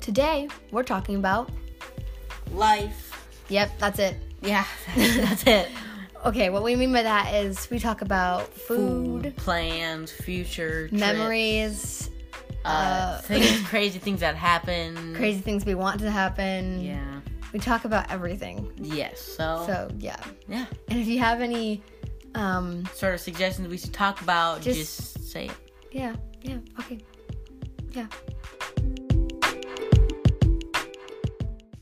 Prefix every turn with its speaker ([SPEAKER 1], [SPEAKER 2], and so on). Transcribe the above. [SPEAKER 1] Today, we're talking about.
[SPEAKER 2] Life.
[SPEAKER 1] Yep, that's it.
[SPEAKER 2] Yeah, that's it.
[SPEAKER 1] Okay, what we mean by that is we talk about food,
[SPEAKER 2] Food, plans, future, trip,
[SPEAKER 1] memories,
[SPEAKER 2] uh, things, crazy things that happen.
[SPEAKER 1] crazy things we want to happen.
[SPEAKER 2] Mm. Yeah.
[SPEAKER 1] We talk about everything.
[SPEAKER 2] Yes. So,
[SPEAKER 1] So, yeah.
[SPEAKER 2] yeah,
[SPEAKER 1] And if you have any, um,
[SPEAKER 2] sort of suggestions we should talk about.
[SPEAKER 1] Just-
[SPEAKER 2] Just, say it.
[SPEAKER 1] yeah, yeah, okay. Yeah.